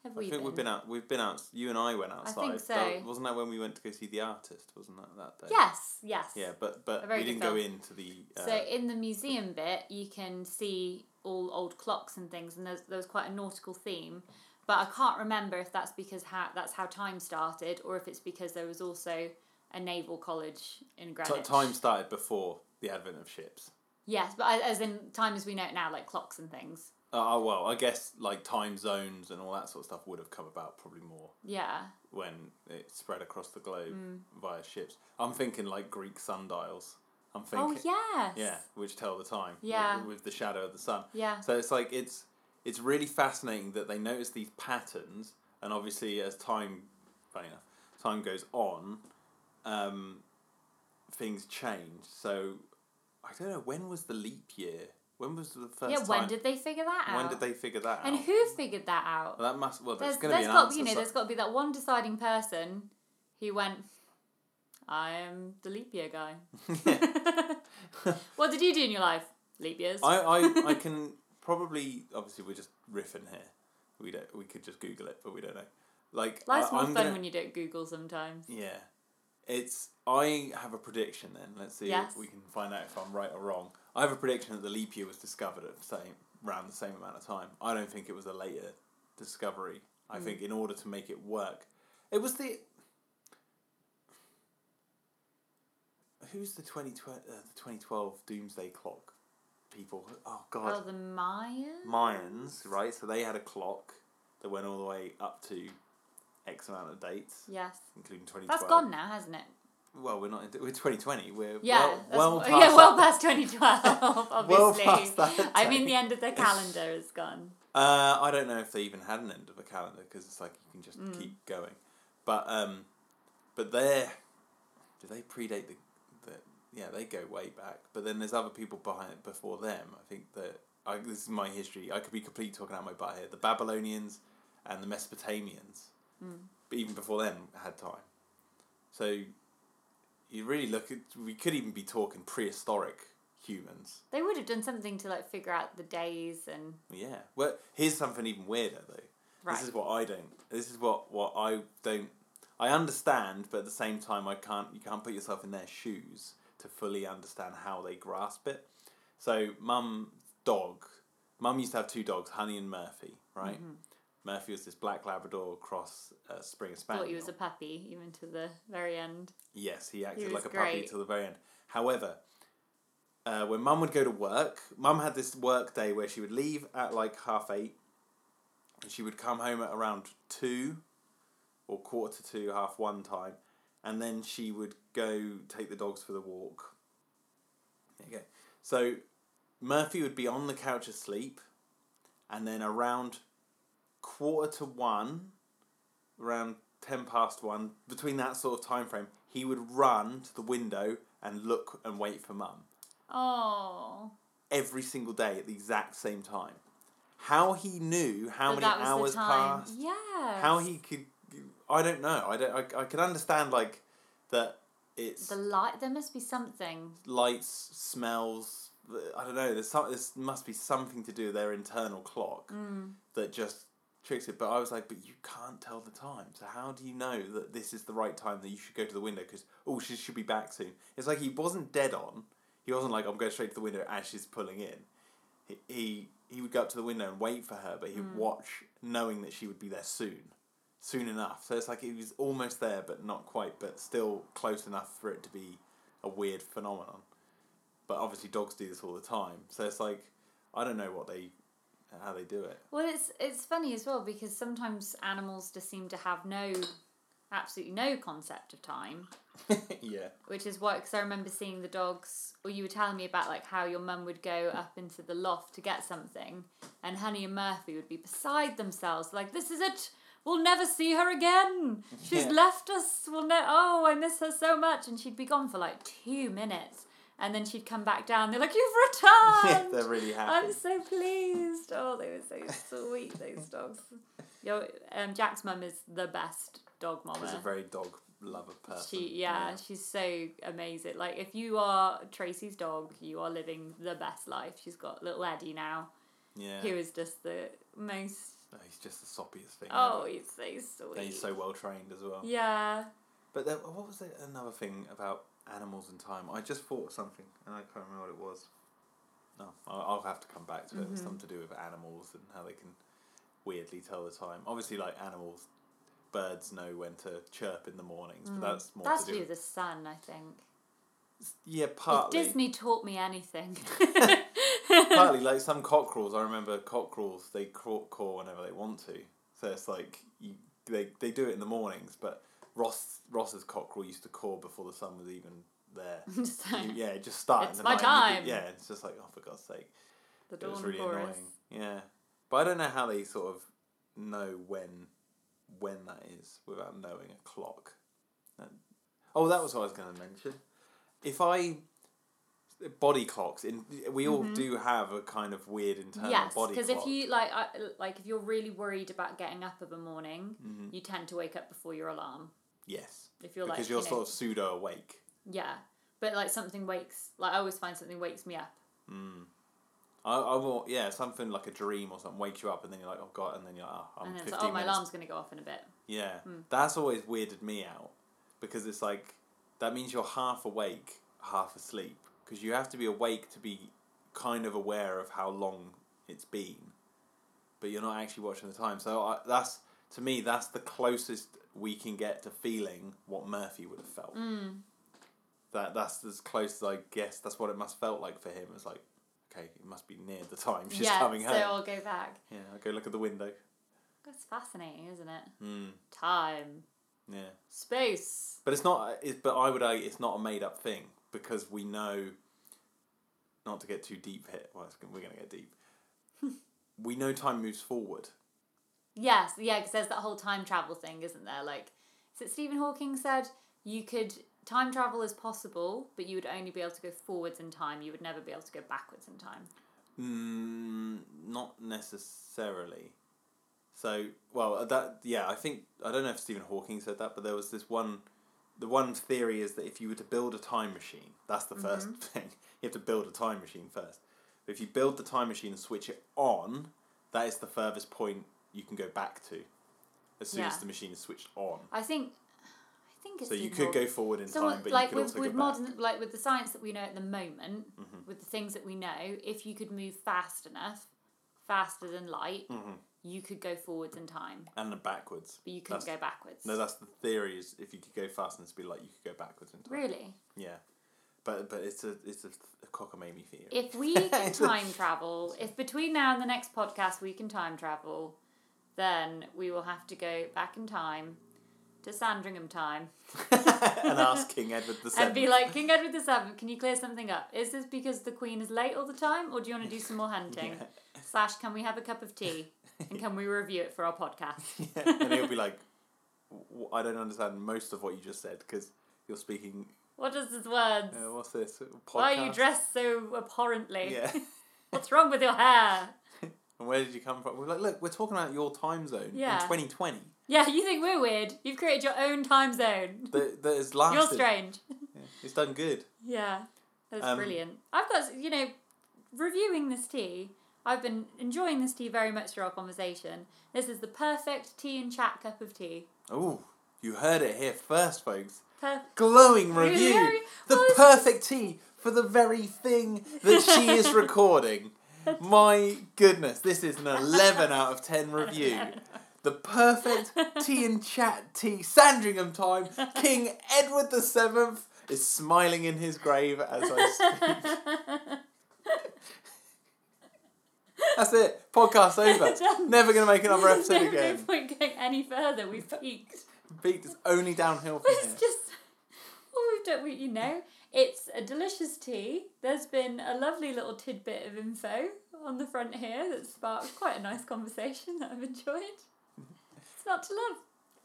Speaker 1: Have
Speaker 2: I
Speaker 1: we?
Speaker 2: think
Speaker 1: been?
Speaker 2: we've been out. We've been out. You and I went outside.
Speaker 1: think
Speaker 2: That-
Speaker 1: so.
Speaker 2: wasn't that when we went to go see the artist? Wasn't that that day?
Speaker 1: Yes, yes.
Speaker 2: Yeah, but
Speaker 1: A
Speaker 2: but
Speaker 1: very
Speaker 2: we
Speaker 1: good
Speaker 2: didn't go
Speaker 1: film.
Speaker 2: into the. Uh,
Speaker 1: So in the museum bit, you can see all old clocks and things, and there's, there was quite a nautical theme, but I can't remember if that's because how that's how time started, or if it's because there was also a naval college in
Speaker 2: t-
Speaker 1: Greenwich.
Speaker 2: time started before the advent of ships.
Speaker 1: Yes, but I- as in time as we know it now, like clocks and things.
Speaker 2: Uh, oh well, I guess like time zones and all that sort of stuff would have come about probably more
Speaker 1: Yeah.
Speaker 2: when it spread across the globe
Speaker 1: Mm.
Speaker 2: via ships. I'm thinking like Greek sundials. I'm thinking
Speaker 1: Oh yes.
Speaker 2: yeah, which tell the time. with-
Speaker 1: Yeah.
Speaker 2: With, the shadow of the sun.
Speaker 1: Yeah.
Speaker 2: So it's like it's it's really fascinating that they notice these patterns, and obviously as time, funny enough, time goes on, um, things change. So I don't know when was the leap year. When was the first
Speaker 1: yeah.
Speaker 2: time?
Speaker 1: When did they figure that out?
Speaker 2: when did they figure that
Speaker 1: And
Speaker 2: out?
Speaker 1: who figured that out?
Speaker 2: Well, that must well. There's,
Speaker 1: there's
Speaker 2: going to
Speaker 1: there's
Speaker 2: be an
Speaker 1: got
Speaker 2: answer.
Speaker 1: you know
Speaker 2: so-
Speaker 1: there's got to be that one deciding person he went, I am the leap year guy. what did you do in your life? Leap years.
Speaker 2: I, I, I can probably obviously we're just riffing here. We don't. We could just Google it, but we don't know. Like
Speaker 1: Life's
Speaker 2: I,
Speaker 1: more
Speaker 2: I'm
Speaker 1: fun
Speaker 2: gonna-
Speaker 1: when you do it Google sometimes.
Speaker 2: Yeah. It's I have a prediction then. Let's see
Speaker 1: Yes.
Speaker 2: if we can find out if I'm right or wrong. I have a prediction that the leap year was discovered at the same around the same amount of time. I don't think it was a later discovery. I
Speaker 1: Mm.
Speaker 2: think in order to make it work. It was the Who's the 2012, uh, the 2012 doomsday clock people? Oh god.
Speaker 1: Oh, the Mayans.
Speaker 2: Mayans, right? So they had a clock that went all the way up to X amount of dates,
Speaker 1: Yes.
Speaker 2: including 2012.
Speaker 1: That's gone now, hasn't it?
Speaker 2: Well, we're not. Into, we're twenty twenty. We're
Speaker 1: Yeah.
Speaker 2: well,
Speaker 1: that's-
Speaker 2: well past
Speaker 1: yeah, well
Speaker 2: that.
Speaker 1: past 2012, obviously.
Speaker 2: past that
Speaker 1: I mean,
Speaker 2: date.
Speaker 1: the end of the calendar is gone.
Speaker 2: Uh, I don't know if they even had an end of a calendar because it's like you can just
Speaker 1: Mm.
Speaker 2: keep going. But um, but they do they predate the the yeah they go way back. But then there's other people behind before them. I think that I, this is my history. I could be completely talking out my butt here. The Babylonians and the Mesopotamians,
Speaker 1: Mm.
Speaker 2: but even before them had time. So you really look at we could even be talking prehistoric humans.
Speaker 1: They would have done something to like figure out the days and
Speaker 2: Yeah. Well, here's something even weirder though.
Speaker 1: Right.
Speaker 2: This is what I don't. This is what what I don't. I understand, but at the same time, I can't. You can't put yourself in their shoes to fully understand how they grasp it. So, mum, dog. Mum used to have two dogs, Honey and Murphy. Right.
Speaker 1: Mm-hmm.
Speaker 2: Murphy was this black Labrador cross uh, Springer Spaniel.
Speaker 1: thought he was a puppy even to the very end.
Speaker 2: Yes, he acted
Speaker 1: was
Speaker 2: like a puppy
Speaker 1: great.
Speaker 2: till the very end. However, uh, when mum would go to work, mum had this work day where she would leave at like half eight and she would come home at around two or quarter to two, half one time, and then she would go take the dogs for the walk. There you go. So Murphy would be on the couch asleep, and then around quarter to one, around ten past one, between that sort of time frame, he would run to the window and look and wait for mum
Speaker 1: Oh,
Speaker 2: every single day at the exact same time. How he knew how
Speaker 1: but
Speaker 2: many hours passed,
Speaker 1: Yeah.
Speaker 2: how he could, I don't know. I don't. I, I can understand like that. It's
Speaker 1: the light. There must be something.
Speaker 2: lights, smells. I don't know. There's some. This must be something to do with their internal clock that just tricks it. But I was like, but you can't tell the time. So how do you know that this is the right time that you should go to the window? Because oh, she should be back soon. It's like he wasn't dead on. He wasn't like I'm going straight to the window as she's pulling in. He he, he would go up to the window and wait for her, but he'd watch, knowing that she would be there soon. Soon enough, so it's like he was almost there, but not quite, but still close enough for it to be a weird phenomenon. But obviously, dogs do this all the time. So it's like I don't know what they how they do it.
Speaker 1: Well, it's it's funny as well because sometimes animals just seem to have no, absolutely no concept of time,
Speaker 2: yeah.
Speaker 1: which is why. Because I remember seeing the dogs, or you were telling me about like how your mum would go up into the loft to get something, and Honey and Murphy would be beside themselves, like this is it. We'll never see her again. She's
Speaker 2: Yeah.
Speaker 1: left us. We'll ne- oh, I miss her so much. And she'd be gone for like two minutes. And then she'd come back down. They're like, You've returned.
Speaker 2: They're really happy.
Speaker 1: I'm so pleased. Oh, they were so sweet, those dogs. Yo, um, Jack's mum is the best dog mama.
Speaker 2: She's a very dog lover person.
Speaker 1: she yeah, she's so amazing. Like if you are Tracy's dog, you are living the best life. She's got little Eddie now,
Speaker 2: Yeah.
Speaker 1: who is just the most.
Speaker 2: Oh, he's just the soppiest thing.
Speaker 1: Oh,
Speaker 2: ever.
Speaker 1: he's so sweet.
Speaker 2: And he's so well trained as well.
Speaker 1: yeah,
Speaker 2: But there, what was it, another thing about animals and time? I just thought of something and I can't remember what it was. No, I'll, I'll have to come back to it.
Speaker 1: Mm-hmm.
Speaker 2: It's something to do with animals and how they can weirdly tell the time. Obviously, like animals, birds know when to chirp in the mornings, but that's more
Speaker 1: Mm. that's
Speaker 2: to
Speaker 1: to
Speaker 2: do.
Speaker 1: do with
Speaker 2: With,
Speaker 1: the sun, I think.
Speaker 2: yeah,
Speaker 1: If
Speaker 2: partly.
Speaker 1: Disney taught me anything.
Speaker 2: partly like some cockerels. I remember cockerels. They caw, caw whenever they want to. So it's like you, they they do it in the mornings. But Ross Ross's cockerel used to caw before the sun was even there.
Speaker 1: Just uh,
Speaker 2: You- yeah, it just start. in
Speaker 1: It's
Speaker 2: the
Speaker 1: my
Speaker 2: night. You
Speaker 1: time.
Speaker 2: could- Yeah, it's just like oh for God's sake,
Speaker 1: the
Speaker 2: it was
Speaker 1: dawn
Speaker 2: really
Speaker 1: chorus.
Speaker 2: annoying. Yeah, but I don't know how they sort of know when when that is without knowing a clock. That- oh, that was what I was going to mention. If I body clocks in we all do have a kind of weird internal
Speaker 1: Mm-hmm. yes
Speaker 2: uh, body
Speaker 1: because
Speaker 2: clock.
Speaker 1: if you like I, like if you're really worried about getting up of a morning you tend to wake up before your alarm
Speaker 2: Yes.
Speaker 1: If you're
Speaker 2: Mm-hmm. because
Speaker 1: like
Speaker 2: you're
Speaker 1: you know,
Speaker 2: sort of pseudo awake.
Speaker 1: yeah, but like something wakes like I always find something wakes me up.
Speaker 2: I, I will, yeah, something like a dream or something wakes you up and then you're like, oh god, and then you're like, oh, I'm
Speaker 1: and then it's
Speaker 2: 15
Speaker 1: like, oh, my
Speaker 2: minutes.
Speaker 1: alarm's going to go off in a bit.
Speaker 2: Yeah.
Speaker 1: Hmm.
Speaker 2: That's always weirded me out because it's like, that means you're half awake, half asleep because you have to be awake to be kind of aware of how long it's been, but you're not actually watching the time. So I, that's, to me, that's the closest we can get to feeling what Murphy would have felt.
Speaker 1: Hmm.
Speaker 2: That That's as close as I guess that's what it must have felt like for him. It's like, okay, it must be near the time she's
Speaker 1: yeah,
Speaker 2: coming
Speaker 1: so
Speaker 2: home.
Speaker 1: I'll go back.
Speaker 2: Yeah, I'll go look at the window.
Speaker 1: That's fascinating, isn't it?
Speaker 2: Mm,
Speaker 1: Time,
Speaker 2: yeah.
Speaker 1: space.
Speaker 2: But it's not. It's, but I would argue it's not a made up thing because we know. Not to get too deep here. Well, it's, gonna- we're gonna get deep. we know time moves forward.
Speaker 1: Yes, yeah, because there's that whole time travel thing, isn't there? Like, is it Stephen Hawking said you could time travel is possible, but you would only be able to go forwards in time. You would never be able to go backwards in time.
Speaker 2: Mm, not necessarily. So well, uh, that yeah, I think I don't know if Stephen Hawking said that, but there was this one. The one theory is that if you were to build a time machine, that's the 1st
Speaker 1: Mm-hmm.
Speaker 2: thing. You have to build a time machine first. But if you build the time machine and switch it on, that is the furthest point you can go back to. As soon as
Speaker 1: Yeah.
Speaker 2: the machine is switched on,
Speaker 1: I think, I think it's
Speaker 2: so you
Speaker 1: Stephen
Speaker 2: could
Speaker 1: Hawking.
Speaker 2: go forward in
Speaker 1: Someone-
Speaker 2: time, but
Speaker 1: like
Speaker 2: you could
Speaker 1: with,
Speaker 2: also
Speaker 1: with
Speaker 2: go back. Mm-hmm.
Speaker 1: modern like with the science that we know at the moment with the things that we know if you could move fast enough faster than light
Speaker 2: Mm-hmm.
Speaker 1: you could go forwards in time
Speaker 2: and then backwards.
Speaker 1: but you couldn't
Speaker 2: That's-
Speaker 1: go backwards
Speaker 2: No, that's the theory. Is if you could go fast and speed, like you could go backwards in time.
Speaker 1: really
Speaker 2: Yeah, but but it's a it's a, a cockamamie theory.
Speaker 1: if we can time travel if between now and the next podcast we can time travel then we will have to go back in time to Sandringham time
Speaker 2: and ask King Edward the
Speaker 1: and
Speaker 2: Seventh.
Speaker 1: be like King Edward the Seventh can you clear something up is this because the Queen is late all the time or do you want to do some more hunting slash can we have a cup of tea and can we review it for our podcast
Speaker 2: Yeah. and he'll be like, "W- "I don't understand most of what you just said because you're speaking.
Speaker 1: what is his words
Speaker 2: Uh, what's this? Podcast?
Speaker 1: why are you dressed so abhorrently
Speaker 2: Yeah.
Speaker 1: what's wrong with your hair
Speaker 2: and where did you come from? We're like, look, we're talking about your time zone in
Speaker 1: Yeah.
Speaker 2: 2020.
Speaker 1: yeah you think we're weird you've created your own time zone
Speaker 2: That that has
Speaker 1: you're
Speaker 2: lasted.
Speaker 1: strange
Speaker 2: It's done good.
Speaker 1: yeah that's
Speaker 2: Um,
Speaker 1: brilliant I've got you know reviewing this tea I've been enjoying this tea very much through our conversation this is the perfect tea and chat cup of tea
Speaker 2: Oh, you heard it here first, folks.
Speaker 1: Perf-
Speaker 2: Glowing review.
Speaker 1: Really?
Speaker 2: The
Speaker 1: Well, it's-
Speaker 2: perfect tea for the very thing that she is recording. My goodness, this is an 11 out of 10 review. The perfect tea and chat tea, Sandringham time. King Edward the Seventh is smiling in his grave as I speak. That's it. Podcast over.
Speaker 1: Done.
Speaker 2: Never going to make another
Speaker 1: There's
Speaker 2: episode
Speaker 1: no
Speaker 2: again.
Speaker 1: point going any further. We've peaked.
Speaker 2: Beat is only downhill from
Speaker 1: It's
Speaker 2: here.
Speaker 1: just all we've done. We, you know, it's a delicious tea. There's been a lovely little tidbit of info on the front here that sparked quite a nice conversation that I've enjoyed. It's not to love.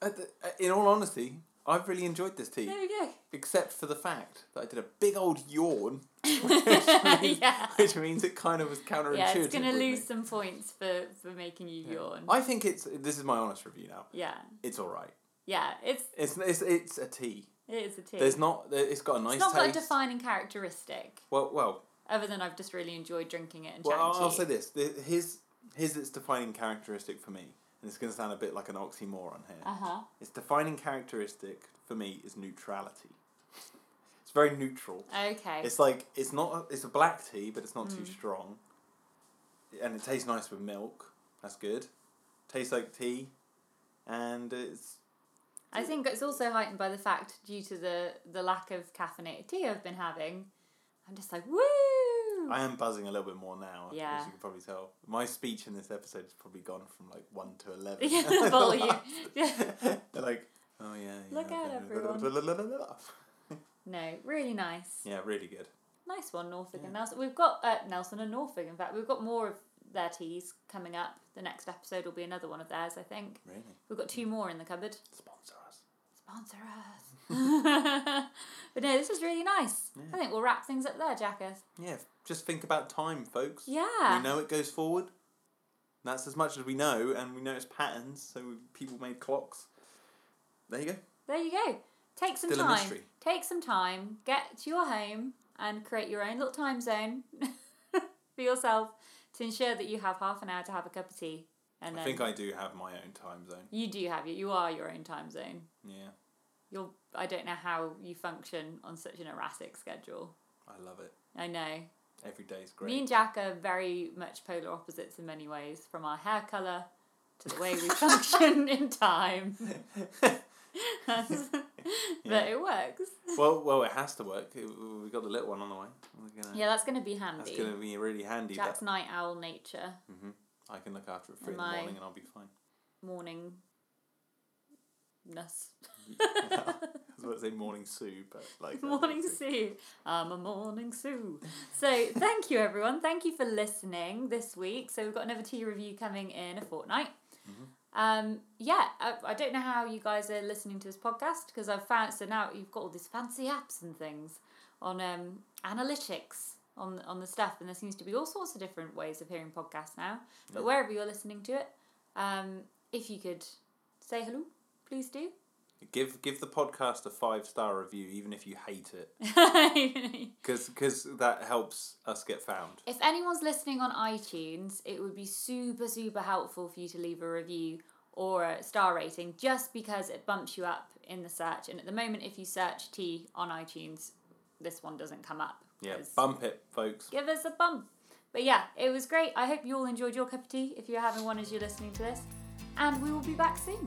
Speaker 2: At the- uh, In all honesty, I've really enjoyed this tea.
Speaker 1: There we go.
Speaker 2: except for the fact that I did a big old yawn,
Speaker 1: yeah.
Speaker 2: which means it kind of was counterintuitive.
Speaker 1: Yeah, it's gonna
Speaker 2: with me.
Speaker 1: lose some points for for making you yawn.
Speaker 2: I think it's. This is my honest review now.
Speaker 1: Yeah,
Speaker 2: It's all right.
Speaker 1: yeah. It's
Speaker 2: It's it's it's a tea.
Speaker 1: it is a tea.
Speaker 2: There's not. It's got a nice
Speaker 1: it's not got a
Speaker 2: taste.
Speaker 1: defining characteristic,
Speaker 2: well, well,
Speaker 1: other than I've just really enjoyed drinking it and
Speaker 2: well.
Speaker 1: chatting
Speaker 2: I'll,
Speaker 1: to
Speaker 2: I'll
Speaker 1: you.
Speaker 2: say this. The- Here's here's its defining characteristic for me, and it's going to sound a bit like an oxymoron here.
Speaker 1: Uh huh.
Speaker 2: Its defining characteristic for me is neutrality. It's very neutral.
Speaker 1: Okay.
Speaker 2: It's like it's not. It's a black tea, but it's not
Speaker 1: Mm.
Speaker 2: too strong. And it tastes nice with milk. That's good. Tastes like tea, and it's
Speaker 1: I think it's also heightened by the fact due to the the lack of caffeinated tea I've been having. I'm just like woo.
Speaker 2: I am buzzing a little bit more now.
Speaker 1: Yeah.
Speaker 2: as you can probably tell. My speech in this episode has probably gone from like one to eleven.
Speaker 1: Yeah, the volume.
Speaker 2: They're like, oh yeah. yeah
Speaker 1: Look out,
Speaker 2: okay."
Speaker 1: everyone. no, really nice,
Speaker 2: Yeah, really good.
Speaker 1: nice one, Norfolk and Nelson. We've got uh, Nelson and Norfolk. In fact, we've got more of their teas coming up. The next episode will be another one of theirs. I think
Speaker 2: Really
Speaker 1: we've got two more in the cupboard.
Speaker 2: sponsor us.
Speaker 1: Sponsor us. but no, this is really nice. I think we'll wrap things up there, Jackass.
Speaker 2: Yeah, just think about time, folks.
Speaker 1: Yeah.
Speaker 2: We know it goes forward. That's as much as we know, and we know its patterns. So we- people made clocks. There you go.
Speaker 1: there you go. Take some
Speaker 2: Still a
Speaker 1: time.
Speaker 2: mystery.
Speaker 1: Take some time. Get to your home and create your own little time zone for yourself to ensure that you have half an hour to have a cup of tea. And
Speaker 2: I
Speaker 1: then
Speaker 2: think I do have my own time zone.
Speaker 1: you do have it. You are your own time zone.
Speaker 2: Yeah,
Speaker 1: You're. I don't know how you function on such an erratic schedule.
Speaker 2: I love it.
Speaker 1: I know.
Speaker 2: Every day is
Speaker 1: Me
Speaker 2: great.
Speaker 1: and Jack are very much polar opposites in many ways, from our hair colour to the way we function in time. But it works.
Speaker 2: well, well, it has to work. It- We've got the little one on the way. We're gonna,
Speaker 1: Yeah, that's going to be handy.
Speaker 2: that's going to be really handy. That
Speaker 1: Jack's night owl nature
Speaker 2: I can look after it three in the
Speaker 1: Am I-
Speaker 2: morning and I'll be fine.
Speaker 1: morning. Ness.
Speaker 2: I was about to say morning Sue, but like
Speaker 1: Morning Sue. I'm a morning Sue. So thank you everyone. Thank you for listening this week. So we've got another tea review coming in a fortnight. Um, yeah, I, I don't know how you guys are listening to this podcast because I've found so now you've got all these fancy apps and things on um, analytics on on the stuff, and there seems to be all sorts of different ways of hearing podcasts now. But wherever you're listening to it, um, if you could say hello, please do.
Speaker 2: Give give the podcast a five star review, even if you hate it, because that helps us get found.
Speaker 1: If anyone's listening on iTunes, it would be super, super helpful for you to leave a review or a star rating just because it bumps you up in the search. And at the moment, if you search tea on iTunes, this one doesn't come up.
Speaker 2: Yeah,
Speaker 1: 'cause
Speaker 2: bump it, folks.
Speaker 1: Give us a bump. But yeah, it was great. I hope you all enjoyed your cup of tea if you're having one as you're listening to this. And we will be back soon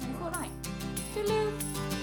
Speaker 1: in a fortnight. Toodaloo!